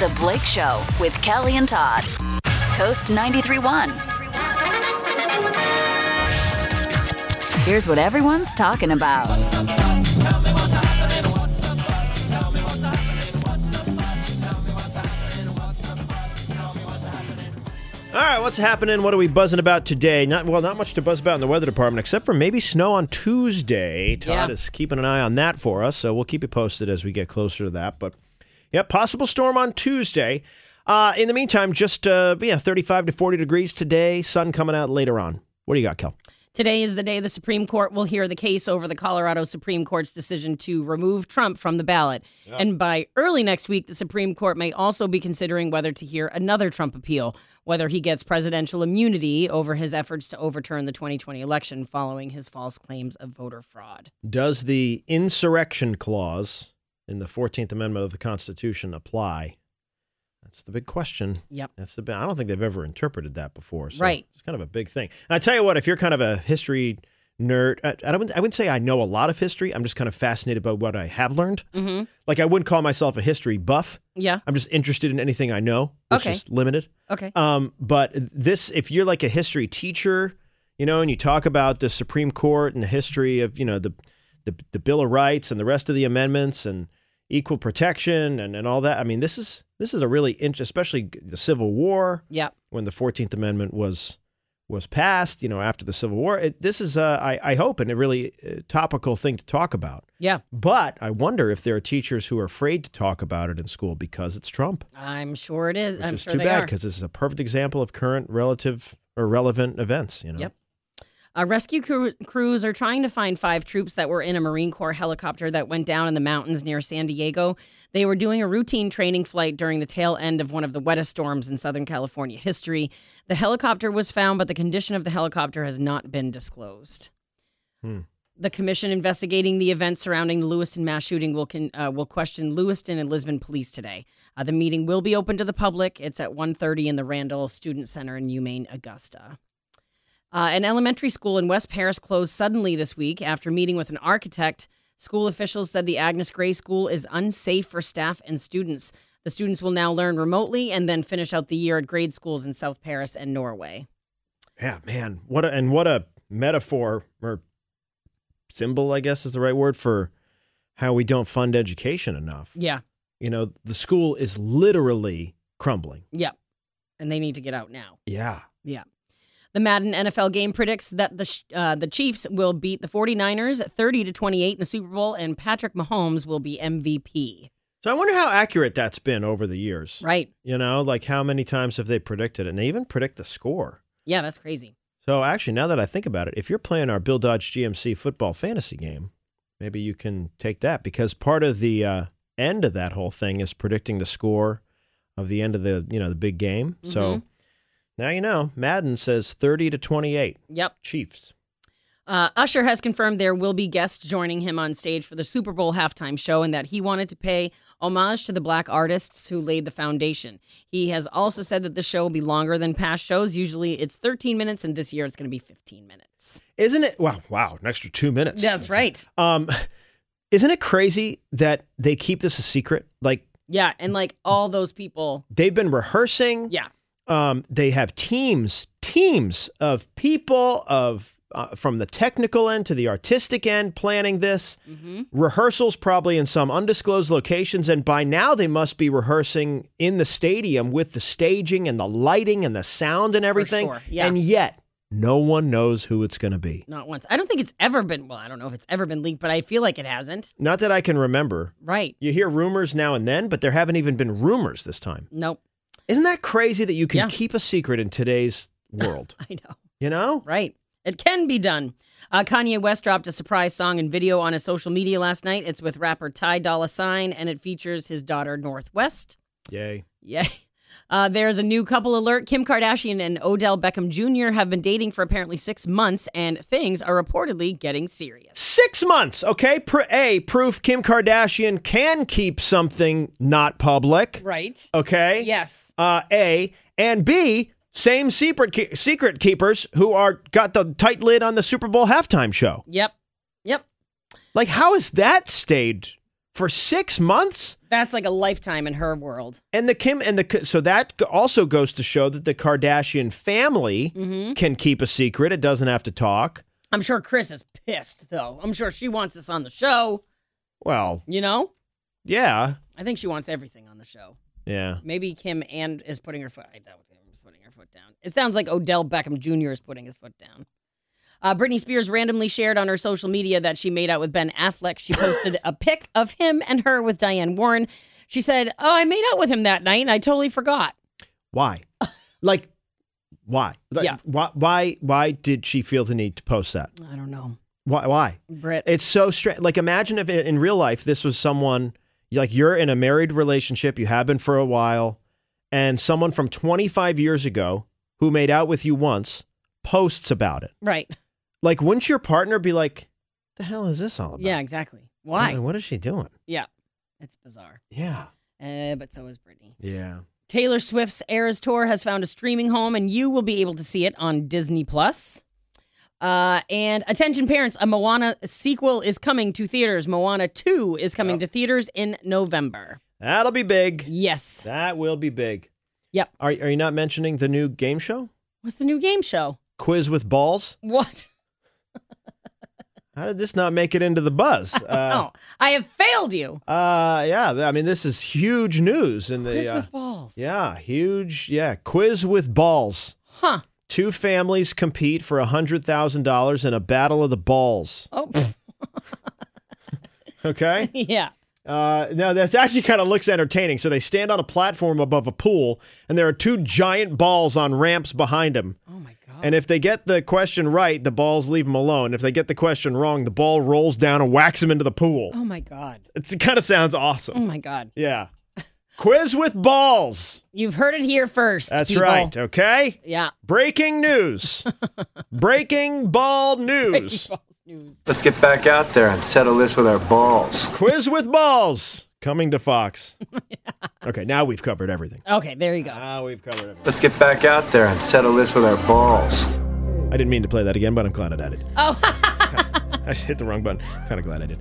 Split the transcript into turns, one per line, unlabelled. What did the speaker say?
The Blake Show with Kelly and Todd. Coast 93.1. Here's what everyone's talking about.
All right, what's happening? What are we buzzing about today? Not well, not much to buzz about in the weather department, except for maybe snow on Tuesday. Todd
Yeah.
is keeping an eye on that for us, so we'll keep you posted as we get closer to that. But yeah, possible storm on Tuesday. Uh, in the meantime, just uh, yeah, 35 to 40 degrees today. Sun coming out later on. What do you got, Kel?
Today is the day the Supreme Court will hear the case over the Colorado Supreme Court's decision to remove Trump from the ballot. And by early next week, the Supreme Court may also be considering whether to hear another Trump appeal, whether he gets presidential immunity over his efforts to overturn the 2020 election following his false claims of voter fraud.
Does the insurrection clause in the 14th Amendment of the Constitution apply? That's the big question.
Yep.
That's the. I don't think they've ever interpreted that before. So
Right.
It's kind of a big thing. And I tell you what, if you're kind of a history nerd, I, I don't. I wouldn't say I know a lot of history. I'm just kind of fascinated by what I have learned.
Mm-hmm.
Like I wouldn't call myself a history buff.
Yeah.
I'm just interested in anything I know, which
Okay.
is limited.
Okay.
Um, but this, if you're like a history teacher, you know, and you talk about the Supreme Court and the history of, you know, the the, the Bill of Rights and the rest of the amendments and equal protection and, and all that. I mean, this is this is a really int- especially the Civil War
Yep.
when the Fourteenth Amendment was was passed. You know, after the Civil War, it, this is uh, I I hope and a really uh, topical thing to talk about.
Yeah.
But I wonder if there are teachers who are afraid to talk about it in school because it's Trump
I'm sure it is.
which
I'm
is
sure
too
they
bad
are.
because this is a perfect example of current relative or relevant events. You know,
Yep. Uh, rescue crew- crews are trying to find five troops that were in a Marine Corps helicopter that went down in the mountains near San Diego. They were doing a routine training flight during the tail end of one of the wettest storms in Southern California history. The helicopter was found, but the condition of the helicopter has not been disclosed.
Hmm.
The commission investigating the events surrounding the Lewiston mass shooting will con- uh, will question Lewiston and Lisbon police today. Uh, the meeting will be open to the public. It's at 1:30 in the Randall Student Center in UMaine Augusta. Uh, an elementary school in West Paris closed suddenly this week after meeting with an architect. School officials said the Agnes Gray School is unsafe for staff and students. The students will now learn remotely and then finish out the year at grade schools in South Paris and Norway.
Yeah, man. What a, and what a metaphor or symbol, I guess is the right word for how we don't fund education enough.
Yeah,
You know, the school is literally crumbling.
yeah. And they need to get out now.
Yeah.
Yeah. The Madden NFL game predicts that the sh- uh, the Chiefs will beat the 49ers 30 to 28 in the Super Bowl and Patrick Mahomes will be MVP.
So I wonder how accurate that's been over the years.
Right.
You know, like how many times have they predicted it? And they even predict the score.
Yeah, that's crazy.
So actually, now that I think about it, if you're playing our Bill Dodge GMC football fantasy game, maybe you can take that because part of the uh, end of that whole thing is predicting the score of the end of the you know the big game. So
Mhm.
now you know Madden says thirty to twenty eight
Yep.
Chiefs.
Uh, Usher has confirmed there will be guests joining him on stage for the Super Bowl halftime show and that he wanted to pay homage to the black artists who laid the foundation. He has also said that the show will be longer than past shows. Usually it's 13 minutes, and this year it's going to be 15 minutes.
Isn't it? Wow, wow, an extra two minutes.
right.
Um, isn't it crazy that they keep this a secret? Like
Yeah. And like all those people.
they've been rehearsing.
Yeah.
um, they have teams, teams of people of uh, from the technical end to the artistic end planning this
Mm-hmm.
rehearsals probably in some undisclosed locations and by now they must be rehearsing in the stadium with the staging and the lighting and the sound and everything
sure, yeah.
and yet no one knows who it's going to be
Not once. I don't think it's ever been, well, I don't know if it's ever been leaked, but I feel like it hasn't.
not that i can remember
Right.
you hear rumors now and then but there haven't even been rumors this time
Nope.
isn't that crazy that you can
Yeah.
keep a secret in today's world
I know.
you know
Right. It can be done. Uh, Kanye West dropped a surprise song and video on his social media last night. It's with rapper Ty Dolla Sign, and it features his daughter Northwest.
yay
Yay. Uh, there's a new couple alert. Kim Kardashian and Odell Beckham Jr. have been dating for apparently six months, and things are reportedly getting serious.
Six months, okay? Pr- a, proof Kim Kardashian can keep something not public,
Right.
okay?
Yes.
Uh, a, and B, same secret, ke- secret keepers who are got the tight lid on the Super Bowl halftime show.
Yep. Yep.
Like, how has that stayed for six months.
That's like a lifetime in her world.
And the Kim and the so that also goes to show that the Kardashian family can keep a secret. It doesn't have to talk.
I'm sure Chris is pissed though. I'm sure she wants this on the show.
Well,
You know,
yeah,
I think she wants everything on the show.
yeah.
Maybe Kim and is putting her foot. I doubt Kim is putting her foot down. It sounds like Odell Beckham Jr. is putting his foot down. Uh, Britney Spears randomly shared on her social media that she made out with Ben Affleck. She posted a pic of him and her with Diane Warren. She said, "Oh, I made out with him that night, and I totally forgot."
Why? Like, why? Like,
Yeah.
Why? Why? Why did she feel the need to post that?
I don't know,
Why? Why?
Brit.
It's so strange. Like, imagine if i- in real life this was someone like you're in a married relationship, you have been for a while, and someone from 25 years ago who made out with you once posts about it.
right?
Like, wouldn't your partner be like, "The hell is this all about?
Yeah, exactly. Why?
What is she doing?"
Yeah, it's bizarre.
Yeah.
Uh, but so is Britney.
Yeah.
Taylor Swift's Eras Tour has found a streaming home, and you will be able to see it on Disney Plus. Uh, and attention, parents! A Moana sequel is coming to theaters. Moana Two is coming to theaters in November.
That'll be big.
Yes.
That will be big.
Yep.
Are, are you not mentioning the new game show?
What's the new game show?
Quiz with balls?
What?
How did this not make it into the buzz? Uh,
oh, I have failed you.
uh, yeah. th- I mean, this is huge news in the.
Quiz
uh,
with balls.
Yeah, huge. Yeah, quiz with balls.
Huh.
Two families compete for hundred thousand dollars in a battle of the balls.
Oh.
Okay.
yeah.
Uh, now that's actually kind of looks entertaining. So they stand on a platform above a pool, and there are two giant balls on ramps behind them.
Oh my god.
And if they get the question right, the balls leave them alone. If they get the question wrong, the ball rolls down and whacks them into the pool.
Oh my god.
It's, it kind of sounds
Oh
awesome.
my god.
Yeah. Quiz with balls.
You've heard it here first.
That's
people.
right. Okay.
Yeah.
Breaking news. Breaking ball news.
False news.
Let's get back out there and settle this with our balls.
Quiz with balls. Coming to Fox. Okay. Now we've covered everything.
Okay, there you go.
Now we've covered everything.
Let's get back out there and settle this with our balls.
I didn't mean to play that again, but I'm glad I did.
Oh.
I just hit the wrong button. Kind of glad I did.